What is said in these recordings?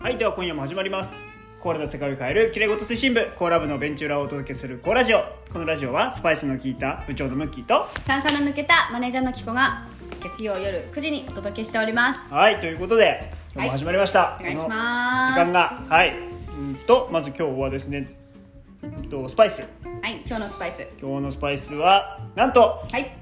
はいでは今夜も始まりますコーラで世界を変えるきれいごと推進部コーラ部のベンチ裏をお届けするコーラジオこのラジオはスパイスの効いた部長のムッキーと炭酸の抜けたマネージャーのキコが月曜夜9時にお届けしておりますはいということで今日も始まりました、お願いしこのます時間がはいうんとまず今日はですねうんとスパイスはい今日のスパイス今日のスパイスはなんとはい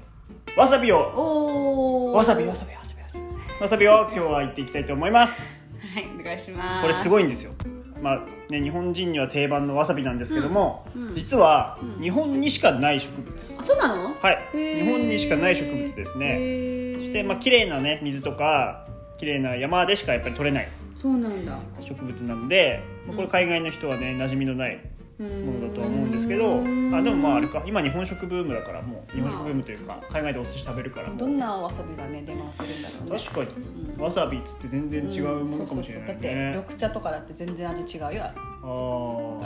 わさびをおおわさびわはさびわさびわさびわさびを今日は行っていきたいと思いますいお願いしますこれすごいいんですよまあね、日本人には定番のわさびなんですけども、実は日本にしかない植物ですあそうなのはいへー日本にしかない植物ですねへーそしてまあ綺麗なね水とか綺麗な山でしかやっぱり取れないそうなんだ植物なので、まあこれ海外の人はね馴染みのないものだとは思うんですけどあでもまああれか今日本食ブームだからもう日本食ブームというか海外でお寿司食べるからもうどんなわさびがね出回ってるんだろうね確かに、わさびっつって全然違うものかもしれなだいってね、緑茶とかだって全然味違うよあ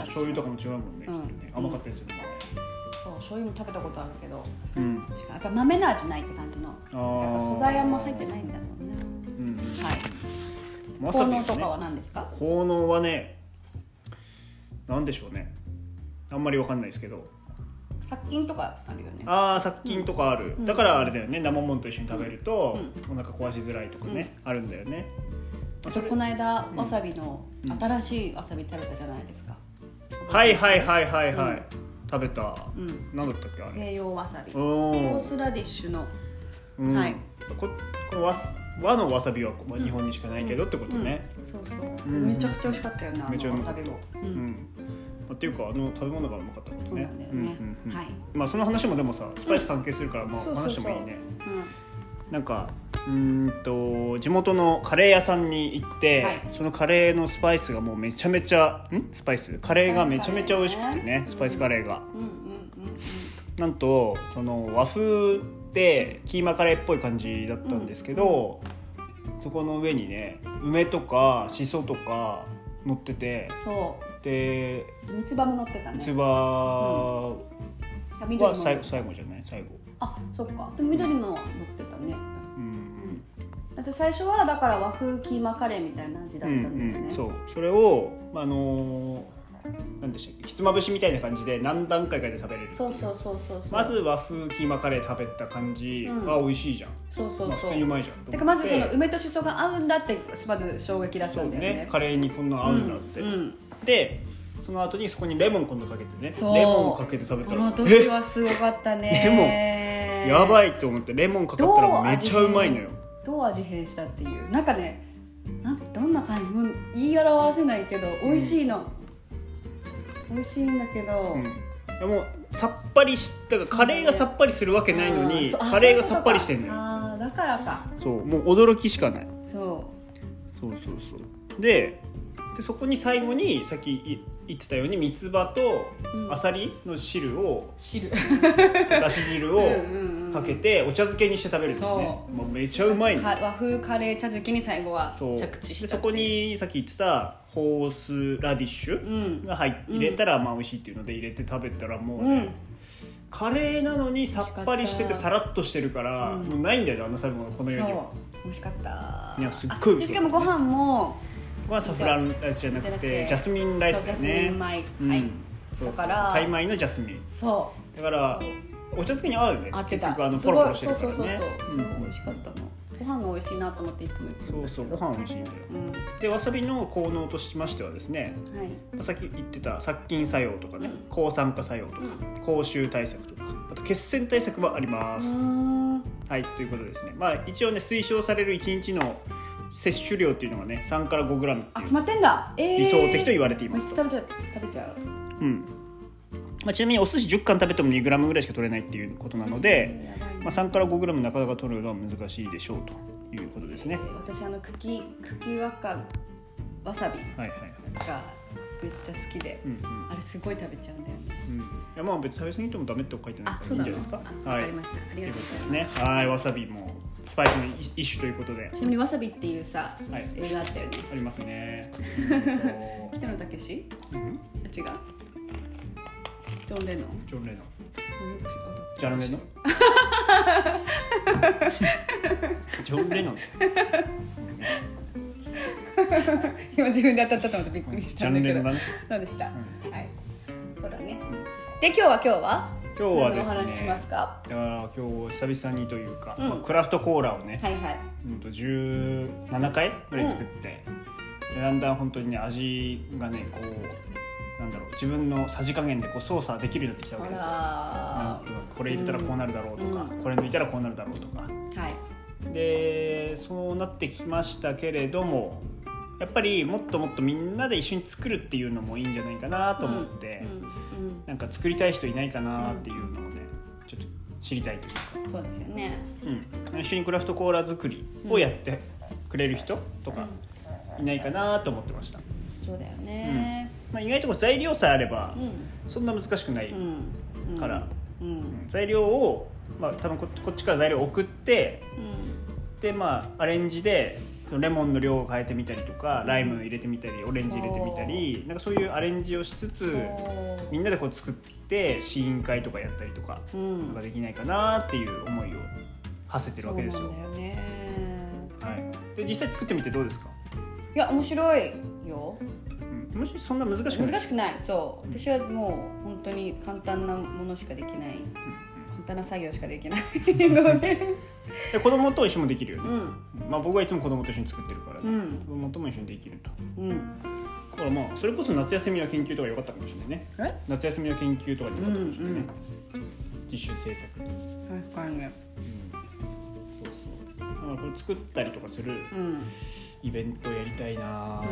あ醤油とかも違うもんね,、ね甘かったりするもんねそう醤油も食べたことあるけどうん違うやっぱ豆の味ないって感じのーやっぱ素材あんま入ってないんだろうな、うんはいま効さびね能とかは何ですか効能はねなんでしょうねあんまりわかんないですけど殺菌とかあるよねあー殺菌とかある、だからあれだよね生もんと一緒に食べると、お腹壊しづらいとかね、あるんだよねあとこの間わさびの新しいわさび食べたじゃないですか、はいはいはいはいはい、食べた、んなんだったっけあれ西洋わさびおコーおスラディッシュのー、うんはいここのわす和のわさびはまあ日本にしかないけどってことね、そうそう、うんめちゃくちゃ美味しかったよねあめちゃのうわまかさったびも、うんまあっていうかあの食べ物がうまかったですそうねなんだよんね、うんうんはい、まあその話もでもさスパイス関係するから、まあそうそうそう話してもいいねなんかうーんと地元のカレー屋さんに行って、はいそのカレーのスパイスがもうめちゃめちゃんスパイスカレーがめちゃめちゃ美味しくてねスパイスカレーが、うん、うんうんうんなんとその和風でキーマカレーっぽい感じだったんですけど、そこの上にね梅とかしそとか乗っててそでう三つ葉も乗ってたね器は緑も最後最後じゃない最後、あそっかでも緑も乗ってたねうんだって最初はだから和風キーマカレーみたいな味だうっんたんだよね、うんうん、そうそれを、まああのー、なんでしたっけひつまぶしみたいな感じで何段階かで食べれるそうそうそうそうそうまず和風キーマカレー食べた感じうんは美味しいじゃん、そうそうそうまあ、普通にうまいじゃんと思ってだからまずその梅としそが合うんだってまず衝撃だったそうんだよねねカレーにこんなの合うんだって、うんうんでその後にそこにレモン今度かけてねそうレモンかけて食べたこらの時はすごかったねえやばいいと思ってレモンかかったらめちゃうまいのよどう味変したっていうなんかねなんどんな感じもう言い表せないけど美味しいの、美味しいんだけど、うん、いやもうさっぱりしたがカレーがさっぱりするわけないのにあそうあカレーがさっぱりしてんのよあーだからかそうもう驚きしかないそそうそうそうででそこに最後にさっきい言ってたように三つ葉とうんあさりの汁を う、汁だし汁をうんうんうんかけてお茶漬けにして食べるんですねそもうめちゃうまいのか和風カレー茶漬けに最後はそう着地したでそこにさっき言ってたホースラディッシうュん、が入っ入れたらまあ美味しいっていうので入れて食べたらもうね、うん、カレーなのにさっぱりしてて美味しかさっらっとしてるから、うんもうないんだよねあんなサルモンがこの世そうには美味しかったいやすっごい美味ししかかったもご飯もこれはサフランライスじゃなくじゃなくててジャスミンライスだよそうジャねスミン米うんはいそうそうだからタイ米のジャスミンそだからお茶漬けに合うよねう合ってた結局あのすポごいロポロしてるからねそうそうそうそうすごいうん美味しかったの、ご飯が美味しいなと思っていつも行くそうそうご飯美味しいんだようんはでわさびの効能としましてはですねいさっき言ってた殺菌作用とかね、うん抗酸化作用とか、口臭対策とかあと血栓対策もあります、うんはい、ということですね。まあ一応ね推奨される1日の摂取量っていうのがね3から5グラムってあい決まってんだ、えー、う理想的と言われていめまっすちと。ゃ食べちゃう食べちゃううん。まあちなみにお寿司10貫食べても2グラムぐらいしか取れないっていうことなので、やばいねまあ3から5グラムなかなか取るのは難しいでしょうということですねえ。ー私あの茎茎わかわさびはいはいはい。がめっちゃ好きで、うんうんあれすごい食べちゃうんだよねうん。いやまあ別に食べ過ぎてもダメって書いてないあからいいそうんなじゃのないですか。あわかりました、あとりいがうとこうございとまですすね。はいわさびもスパイスの一一種ということでちなみにわさびっていうさ、はい映画あったよねありますね。うんと北野武違ううんジョン・レノンジョンレノン。ジャンレ ノンジョン・レノン今自分で当たったと思ってびっくりしたんだけジャどンルがねどうでした、んはいそうだねで今日は今日は今日はですね何のお話しますかいやー今日久々にというか、うんまあクラフトコーラをね、はいはいうんと17回ぐらい作って、でだんだん本当にね味がねこうなんだろう自分のさじ加減でこう操作できるようになってきたわけですよ。なんあとなくこれ入れたらこうなるだろうとか、うんこれ抜いたらこうなるだろうとからはいでそうなってきましたけれどもやっぱりもっともっとみんなで一緒に作るっていうのもいいんじゃないかなと思って、うんなんか作りたい人いないかなっていうのをねちょっと知りたいというか。うんそうですよねうん、一緒にクラフトコーラ作りをやってくれる人とかいないかなと思ってました、そうだよねまあ、意外とこう材料さえあればうそんな難しくない、んうんうんからうんうん材料を、まあ、多分ここっちから材料を送ってうんでまあアレンジでそのレモンの量を変えてみたりとかライム入れてみたりオレンジ入れてみたりなんかそういうアレンジをしつつそうみんなでこう作って試飲会とかやったりとかうんなんかできないかなっていう思いを馳せてるわけですそうよなんだよねはい、で実際作ってみてどうですかいや面白いようん、もしそんな難しくない難しくないそう私はもう本当に簡単なものしかできない簡単な作業しか できないのでで子供と一緒もできるようね、んまあ、僕はいつも子供と一緒に作ってるからうね、ん子供とも一緒にできるとうんだからまあそれこそ夏休みの研究とか良かったかもしれないねえ夏休みの研究とかで良かったかもしれないね、ティッシュ制作、うん、確かにそうそうだからこれ作ったりとかするうんイベントやりたいなあ、う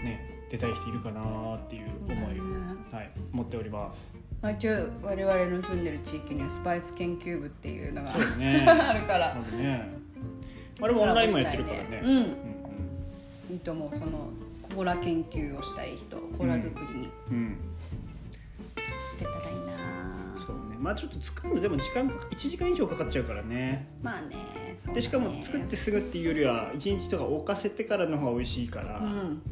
んね出たい人いるかなあっていう思いを、うんはい、持っておりますまあ、一応我々の住んでる地域にはスパイス研究部っていうのがそうだね あるからあるねあれもオンラインもやってるからねうんうんいいと思うそのコーラ研究をしたい人コーラ作りにうんうん出たらいいな、そうねまあちょっと作るのでも時間か1時間以上かかっちゃうからねまあねそうだねでしかも作ってすぐっていうよりは1日とか置かせてからの方が美味しいから、うん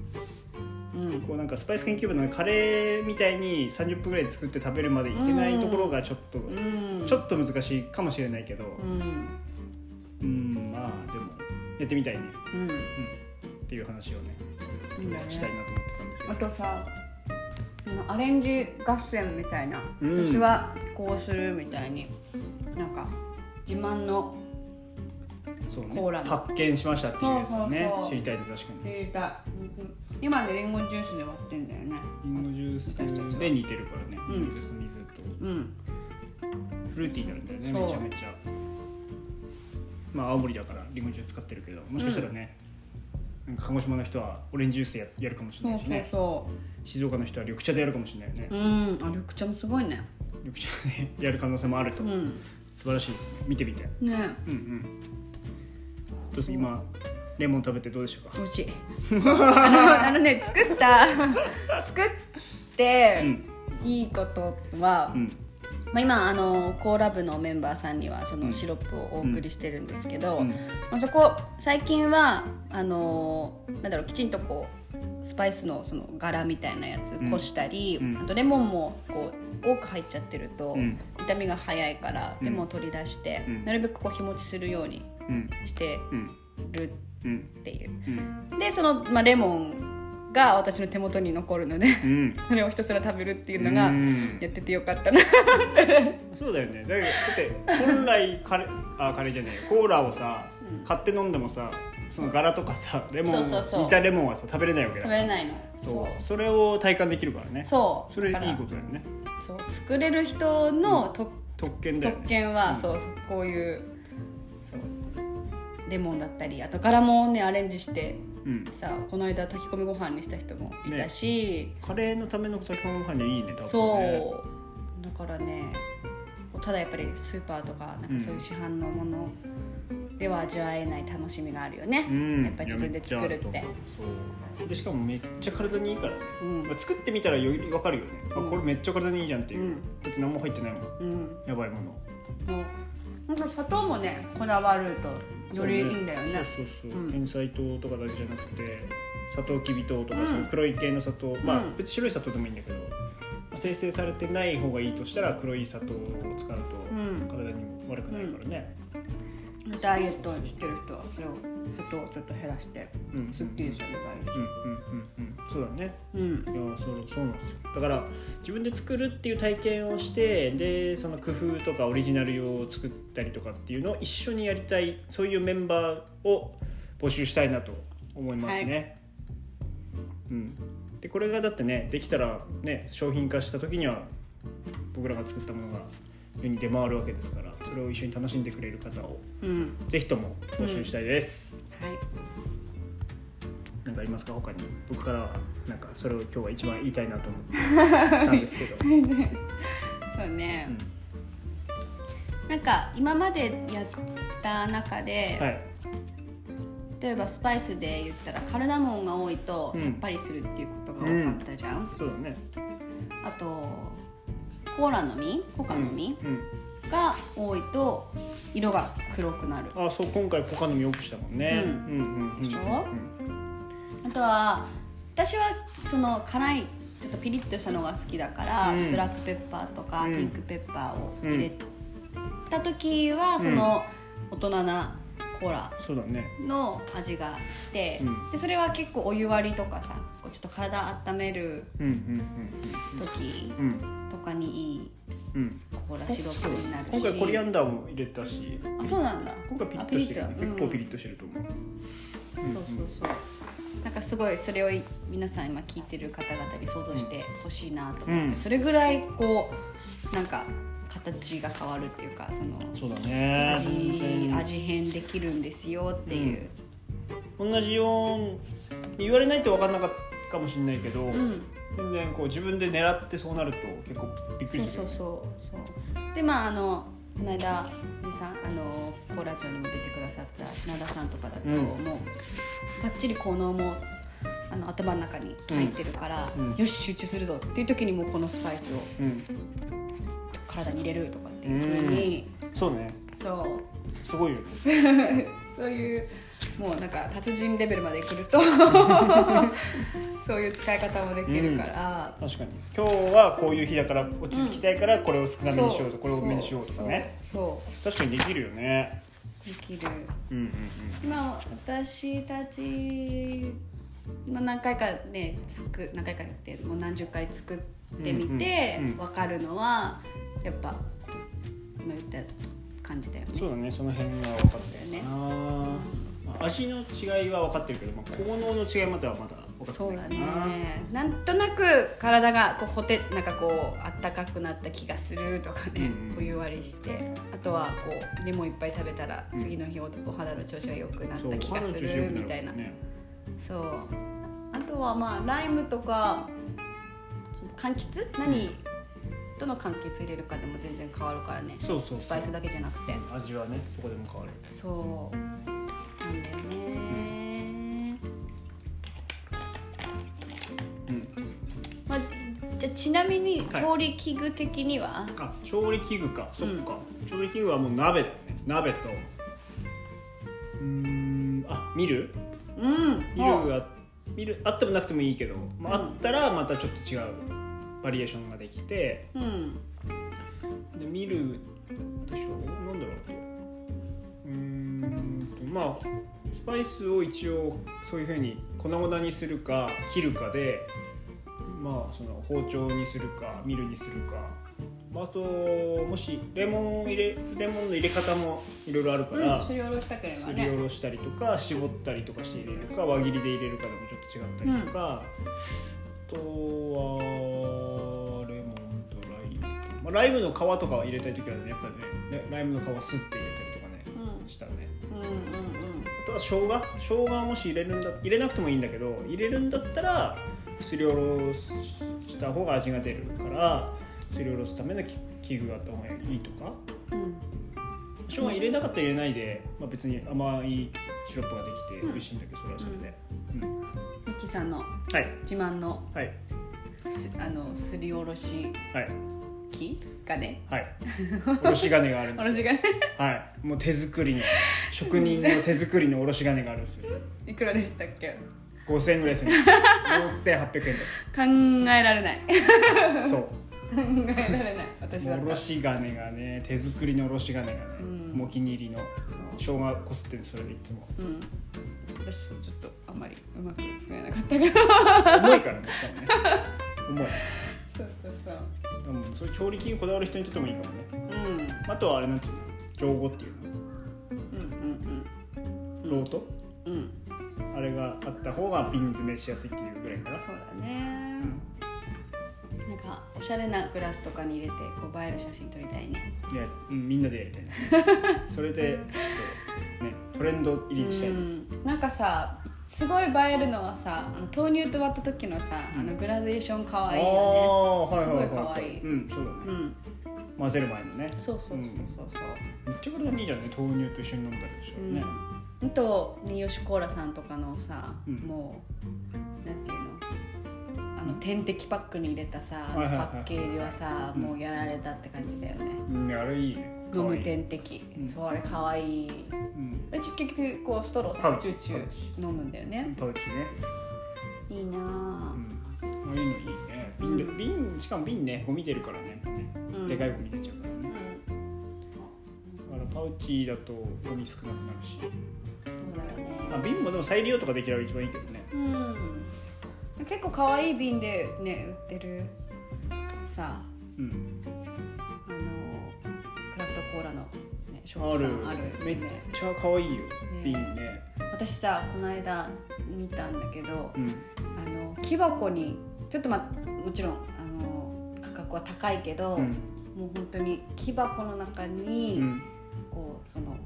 うんこうなんかスパイス研究部のカレーみたいに30分ぐらい作って食べるまでいけないところがちょっと、うんちょっと難しいかもしれないけどうんうん、まあでもやってみたいね、うんうん、っていう話をねいいんだねしたいなと思ってたんですけどあとさそのアレンジ合戦みたいな、うん私はこうするみたいになんか自慢のそう、コーラね、の発見しましたっていうやつをねそうそうそう知りたいね確かに知りたい今ねリンゴジュースで割ってんだよねリンゴジュースで似てるからね、んリンゴジュースの水とうんフルーティーになるんだよねそうめちゃめちゃまあ青森だからリンゴジュース使ってるけどもしかしたらね、なんか鹿児島の人はオレンジジュースややるかもしれそなういしそうねそ静岡の人は緑茶でやるかもしれないよねう、うんあ緑茶もすごいね緑茶でやる可能性もあると、うん素晴らしいですね見てみてねうんうんちょっと今レモン食べてどうでしたか美 味しいあのあのね作った作って、うんいいことは、うんまあ、今あのコーラ部のメンバーさんにはそうんのシロップをお送りしてるんですけど、うんまあ、そこ最近はあのなんだろうきちんとこうスパイスのその柄みたいなやつうんこしたり、うんあとレモンもこう多く入っちゃってると、うん傷みが早いからレモンを取り出して、うんなるべくこう日持ちするようにうんしてうんるうんっていう。うんでその、まあ、レモンが私の手元に残るのでうん それをひたすら食べるっていうのがうんやっててよかったなそうだよねだけどだって本来カレーあカレーじゃないコーラをさ買って飲んでもさその柄とかさレモンそうそうそう煮たレモンはさ食べれないわけだか食べられないのそうそれを体感できるからねそうれいいだからことだよねそう作れる人のと、特権だよ特ね権は、うんそうそうこういうそうレモンだったりあと柄もねアレンジしてうんさこの間炊き込みご飯にした人もいたし、カレーのための炊き込みご飯でいいね多分ねそうだからねこうただやっぱりスーパーとかなんかそういう市販のものでは味わえない楽しみがあるよね、んやっぱ自分で作るっいやめちゃあてると思うそうでしかもめっちゃ体にいいからね、うんまあ作ってみたらより分かるよね、あこれめっちゃ体にいいじゃんっていう、うんだって何も入ってないもんうんやばいものもうなんか砂糖もねこだわるとよりいいんだよねそうそうそう、うん天才糖とかだけじゃなくてサトウキビ糖とか、うんその黒い系の砂糖まあ、うん別に白い砂糖でもいいんだけど、まあ生成されてない方がいいとしたら黒い砂糖を使うとうん体に悪くないからね、ダイエットしてる人はそれを砂糖をちょっと減らしてうんすっきりするがいいうんうんうんうんそうだねうんいやそうそうなんですよだから自分で作るっていう体験をしてでその工夫とかオリジナル用を作ったりとかっていうのを一緒にやりたいそういうメンバーを募集したいなと思いますね。うん、でこれがだってねできたらね商品化した時には僕らが作ったものが世に出回るわけですからそれを一緒に楽しんでくれる方をうんぜひとも募集したいです。はいなんかありますか他に僕からはなんかそれを今日は一番言いたいなと思ったんですけど。そうね、うなんか今までやった中で、んはい、例えばスパイスで言ったらカルダモンが多いとうんさっぱりするっていうことが多かったじゃん、そうだね。あとコーラの実コカの実うん。が多いと色が黒くなるあ、そう今回コカの実多くしたもんね。うんうんうんうん。でしょうんあとは私はその辛いちょっとピリッとしたのが好きだから、うんブラックペッパーとかうピんンクペッパーを入れた時は、その大人なコーラそうだね。の味がして、うんでそれは結構お湯割りとかさこうちょっと体温めるうん時うんうんうんうんとかにいいうん。コーラシロップになるし今回コリアンダーも入れたし、あそうなんだ今回ピリッとしてる、あね、ピリッと結構ピリッとしてると思う。うんそうそうそうなんかすごいそれを皆さん今聞いてる方々に想像してほしいなと思って、うんそれぐらいこうなんか形が変わるっていうかそのそうだね。味味変できるんですよっていう、同じように言われないと分かんなかったかもしれないけど、うん全然こう自分で狙ってそうなると結構びっくそうりするそようね。そうそうでまああのこの間にさあのコラジオにも出てくださった品田さんとかだと、うんもうばっちり効能もあの頭の中に入ってるから、うんうんよし集中するぞっていう時にもうこのスパイスをうん。体に入れるとかっていうふうに、そうね。そうすごいよね。そういうもうなんか達人レベルまで来 るとそういう使い方もできるから、確かに今日はこういう日だから落ち着きたいからこれを少なめにしようと、これを多めにしようとかねそう確かにできるよねそうできるうんうん今私たちまあ何回かねつく何回かってもう何十回作ってみてうんうんうん分かるのはやっぱ今言った感じだようんね。そうだねその辺が分かっそうだてよるねかな、まあ味の違いは分かってるけど、まあ、効能の違いまではまだ分かってそうなだいかなねなんとなく体がこうほてなんかこうあったかくなった気がするとかね、うんうんお湯割りしてあとはこうレモンいっぱい食べたらうん次の日おお肌の調子が良くなっそうた気がお肌すの調子良るくるみたいなねそうあとはまあライムとか柑橘何、どの柑橘入れるかでも全然変わるからねそうそうそうスパイスだけじゃなくて味はねそこでも変わるよねそうなんだよね、うんまあ、じゃあちなみにはい調理器具的には、あ調理器具かそっか、調理器具はもう鍋だね鍋とうーんあ見るうんミルがミルあってもなくてもいいけど、まあ、うんあったらまたちょっと違うバリエーションができてうんでミルでしょなんだろうあとうーんとまあスパイスを一応そういうふうに粉々にするか切るかでまあその包丁にするかミルにするか、まあ、あともしレモン入れレモンの入れ方もいろいろあるから、うんすりおろしたければすりねおろしたりとか絞ったりとかして入れるか輪切りで入れるかでもちょっと違ったりとか、あとはレモンとライムと、まあ、ライムの皮とかは入れたい時はねやっぱりねねライムの皮すって入れたりとかねうんうしたねんうんあとは生姜生姜をもし入れるんだ入れなくてもいいんだけど入れるんだったらすりおろした方が味が出るからすりおろすためのき器具があった方がいいとかうんうんショーン入れなかったら入れないで、まあ、別に甘いシロップができてうん美味しいんだけど、それはそれで、うんミキさんのはい自慢のはいすあのすりおろしはい器がねはいおろし金があるんお でろすしよがねはいもう手作りの職人の手作りのおろし金があるんです よいくらでしたっけ5000円ぐらいするんですよ4800円考えられない考と かそうえられない私だっおたろし金がね手作りのおろし金がね、うんもうお気に入りのそう生姜こすってんのそれでいつ もうん私ちょっとあんまりうまく使えなかったけど重いからねしかもね重い そうそうそうでもそういう調理器にこだわる人にとってもいいかもねうんうんあとはあれなんていうの上語っていううんのロート、うんうんあれがあった方が瓶詰めしやすいっていうぐらいかなそうだねうんなんかおしゃれなグラスとかに入れてこう映える写真撮りたいねいや、うん、みんなでやり たいなそれでちょっとねトレンド入りしたい、うんなんかさすごい映えるのはさあの豆乳と割った時のさあのグラデーションかあわあいいよーはいはいはいすごい可愛いうんそうだねねうん混ぜる前のねそうそうそうそうめっちゃ体にいいじゃんね豆乳と一緒に飲んだりでしょそう、ね、うん、あとね吉コーラさんとかのさ、うんもうなんていうのあの点滴パックに入れたさ、はいはいはいパッケージはさ、うんもうやられたって感じだよね、うん、あれいいねゴム可愛い点滴、うんそれかわいいうんでち結局こうストローパウさチチューチパウチュー飲むんだよねパウチねいいなあうんああいうのいいね瓶で瓶しかも瓶ねゴミ出るからねうんでかいゴミ出ちゃうからうねんだからパウチだとゴミ少なくなるしそうだよねあ瓶もでも再利用とかできれば一番いいけどねうん結構可愛い瓶でね売ってるさうんあのクラフトコーラの、ね、ショッあプさるんあるよめっねちゃ可愛いよね瓶ね私さこの間見たんだけどうんあの木箱にちょっとまあもちろんあの価格は高いけど、うんもう本当に木箱の中に、うんこうその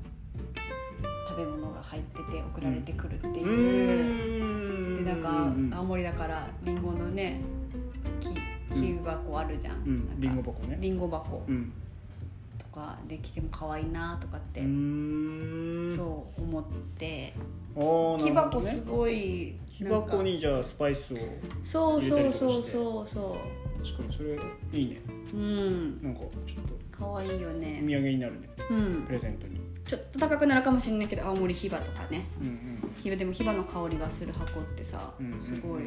食べ物が入ってて送られてくるってういう、ーでなんうかん青森だからりんごのね木木箱あるじゃん,、うんなリんンかゴ箱ねりんご箱うんとかできても可愛いなとかって、うーんそう思ってあー木なるほ箱どねすごい木なんか箱にじゃあスパイスをそう入れたそりうとかしてそうそうそ確かにそれいいねううんなんかちょっと可愛いよお土ね産になるねうんプレゼントにちょっと高くなるかもしれないけど青森ヒバとかねうんヒバでもヒバの香りがする箱ってさ、うんうんうんうんすごい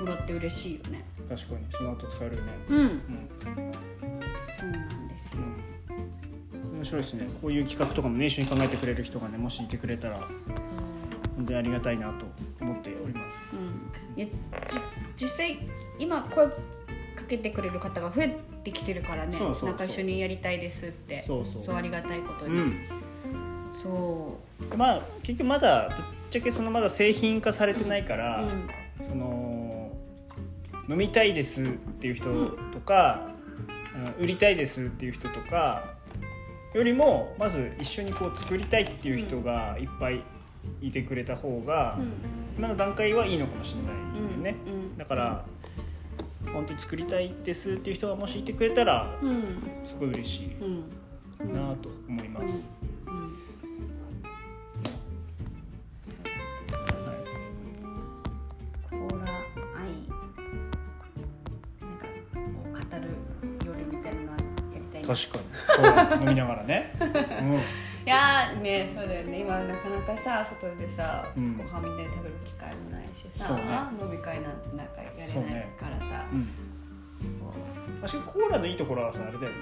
もらって嬉しいよね確かにその後使えるよねうんうんそうなんですようん面白いですねこういう企画とかもね一緒に考えてくれる人がねもしいてくれたら本当にありがたいなと思っております、うん、いやじ実際今声かけてくれる方が増えてきてるからねそうそうそうなんか一緒にやりたいですってそうそうありがたいことうに、んそでまあ結局まだぶっちゃけそのまだ製品化されてないかう、ら、うんその飲みたいですっていう人とか、うん売りたいですっていう人とかよりもまず一緒にこう作りたいっていう人がいっぱいいてくれた方が、今の段階はいいのかもしれないよね、うんうんだから本当に作りたいですっていう人がもしいてくれたらうんすごい嬉しうんうんういんなと思います、はいコーラ愛なんかもう語る夜みたいなのはやりたいな確かにそうだね飲みながら ね、いやーねそうだよね今なかなかさ外でさ、うんご飯みんなで食べる機会もないしさ、そうね飲み会なんてなんかやれそうないねからさうん、うんそう,、確かにコーラのいいところはさあれだよね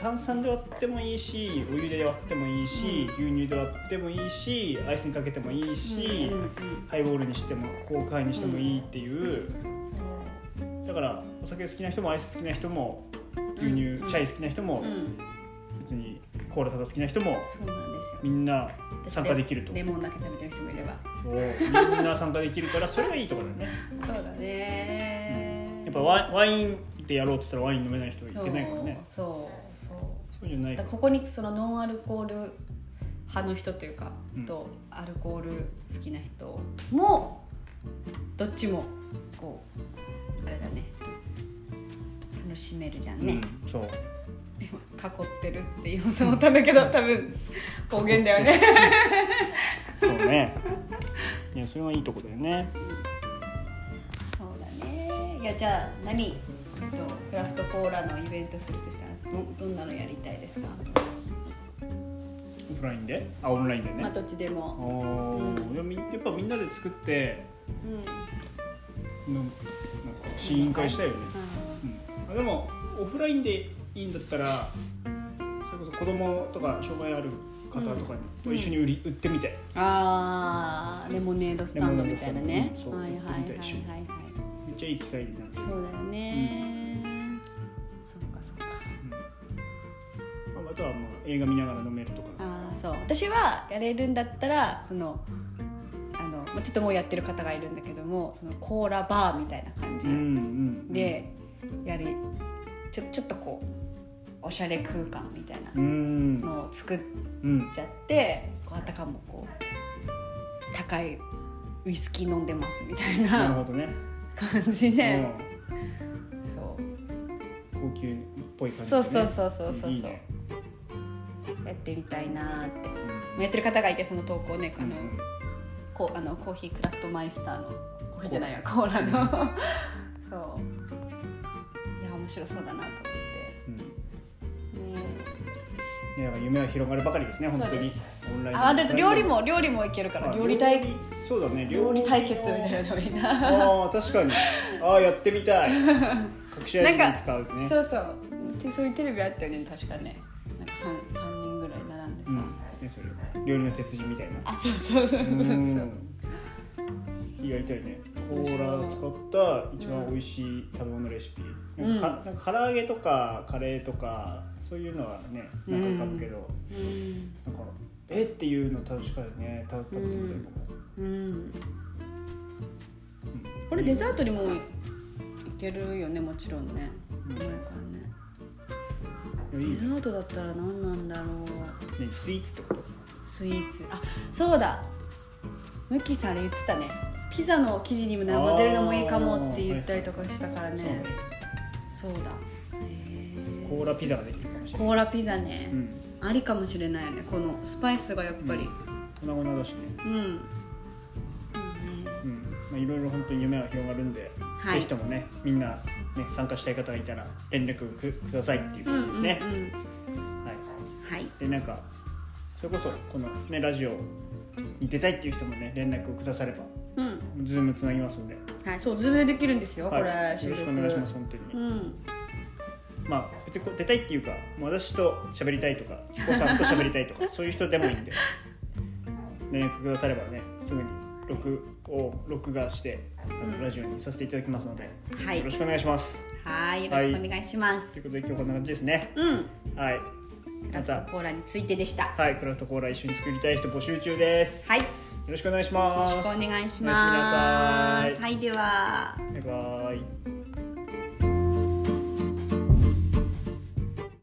炭酸で割ってもいいしお湯で割ってもいいし、牛乳で割ってもいいしアイスにかけてもいいし、うんうんハイボールにしてもコークハイにしてもいいっていう、うんそうだからお酒好きな人もアイス好きな人も牛乳、うんチャイ好きな人も、うん別にコーラただ好きな人もそうなんですよみんな参加できるとレモンだけ食べてる人もいればそうみんな参加できるからそれがいいところだよねそうだねやっぱワインワインでやろうって言ったらワイン飲めない人はいけないからねそうそうそうじゃなそいうかだかららここにそのノンアルコール派の人というか、うんとアルコール好きな人もどっちもこうあれだね楽しめるじゃんね、うん、そう囲ってるって言おうと思ったんだけど多分方言だよ ねそうね。いや、それはいいとこだよね。そうだねいやじゃあ何えっとクラフトコーラのイベントするとしたらどどんなのやりたいですか、オフラインで、あ、オンラインでね。まあどっちであも、ーでもみやっぱみんなで作って、うんのなんか試飲会したいよね。うん、あでも、オフラインでいいんだったら。それこそ子供とか障害ある方とかにと一緒に売り、売ってみてあーレモネードスタンドみたいなレモネねードスタンドはいはいはいはいそう一緒にはいめっちゃいい機会になる、そうだよね、そっかそっかうんまあ、あとはまあ映画見ながら飲めるとかあーそう私はやれるんだったらそのあのまあちょっともうやってる方がいるんだけどもそのコーラバーみたいな感うんじうんでやりちょちょっとこうおしゃれ空間みたいなうんのを作っうんちゃってこうあたかもこう高いウイスキー飲んでますみたいなるほなどね、感じでそううん、高級っぽい感じそうそうそうそうそういいそうねやってみたいなーってうんやってる方がいてその投稿ねあうのんこうあのコーヒークラフトマイスターのこれじゃないよコーラのそういや面白そうだなとうん思ってねいや夢は広がるばかりですね本当そうでにすオンラインああと料理も料理もいけるからあ料理対そうだね料理対決みたいなのみん なあー確かにああやってみ たい隠し味に使うねそうそうてそういうテレビあったよね確かねなんか 3, 三人ぐらい並んでさ、うんねそれ料理の鉄人みたいなあそうそうそうそううそうーんやりたいねコーラ使った一番美味しい食べ物レシピ、うんなんかなんか唐揚げとかカレーとかそういうのはねなんか買うけど、うんなんかえっていうの確かにね食べ食べてみたいかも、うんうんこれデザートにもいけるよねもちろんね、ううんまいからねいやいいデねザートだったら何なんだろうねスイーツってことスイーツあそうだムキさんあれ言ってたねピザの生地にもね混ぜるのもいいかもって言ったりとかしたからそうねねそうだへコーラピザができるかもしれなーいコーラピザね、うんありかもしれないよねこのスパイスがやっぱり粉々だしねうん、うんねうんまあ、いろいろ本当に夢は広がるんで、はいぜひともねみんな、ね、参加したい方がいたら連絡くくださいっていううん感じですね。うんうんはい、はいでなんかそれこそこの、ね、ラジオに出たいっていう人もね連絡をくださればうんズームつなぎますんで、はいそうズームでできるんですよ、はい、これよろしくお願いします本当うに、んまあ別にこう出たいっていうかもう私と喋りたいとか彦さんと喋りたいと かそういう人でもいいんで連絡くださればねすぐに録を録画してあのラジオにさせていただきますので、はいよろしくお願いします。はいよろしくお願いしまといす、うことで今日こんな感じですね。うんはい。クまラフトたコーラについてでしたはいクラフトコーラ一緒に作りたい人募集中です。よはいよろしくお願いしまろす。しくお願いしおやすみなまさすはいではバイバイ。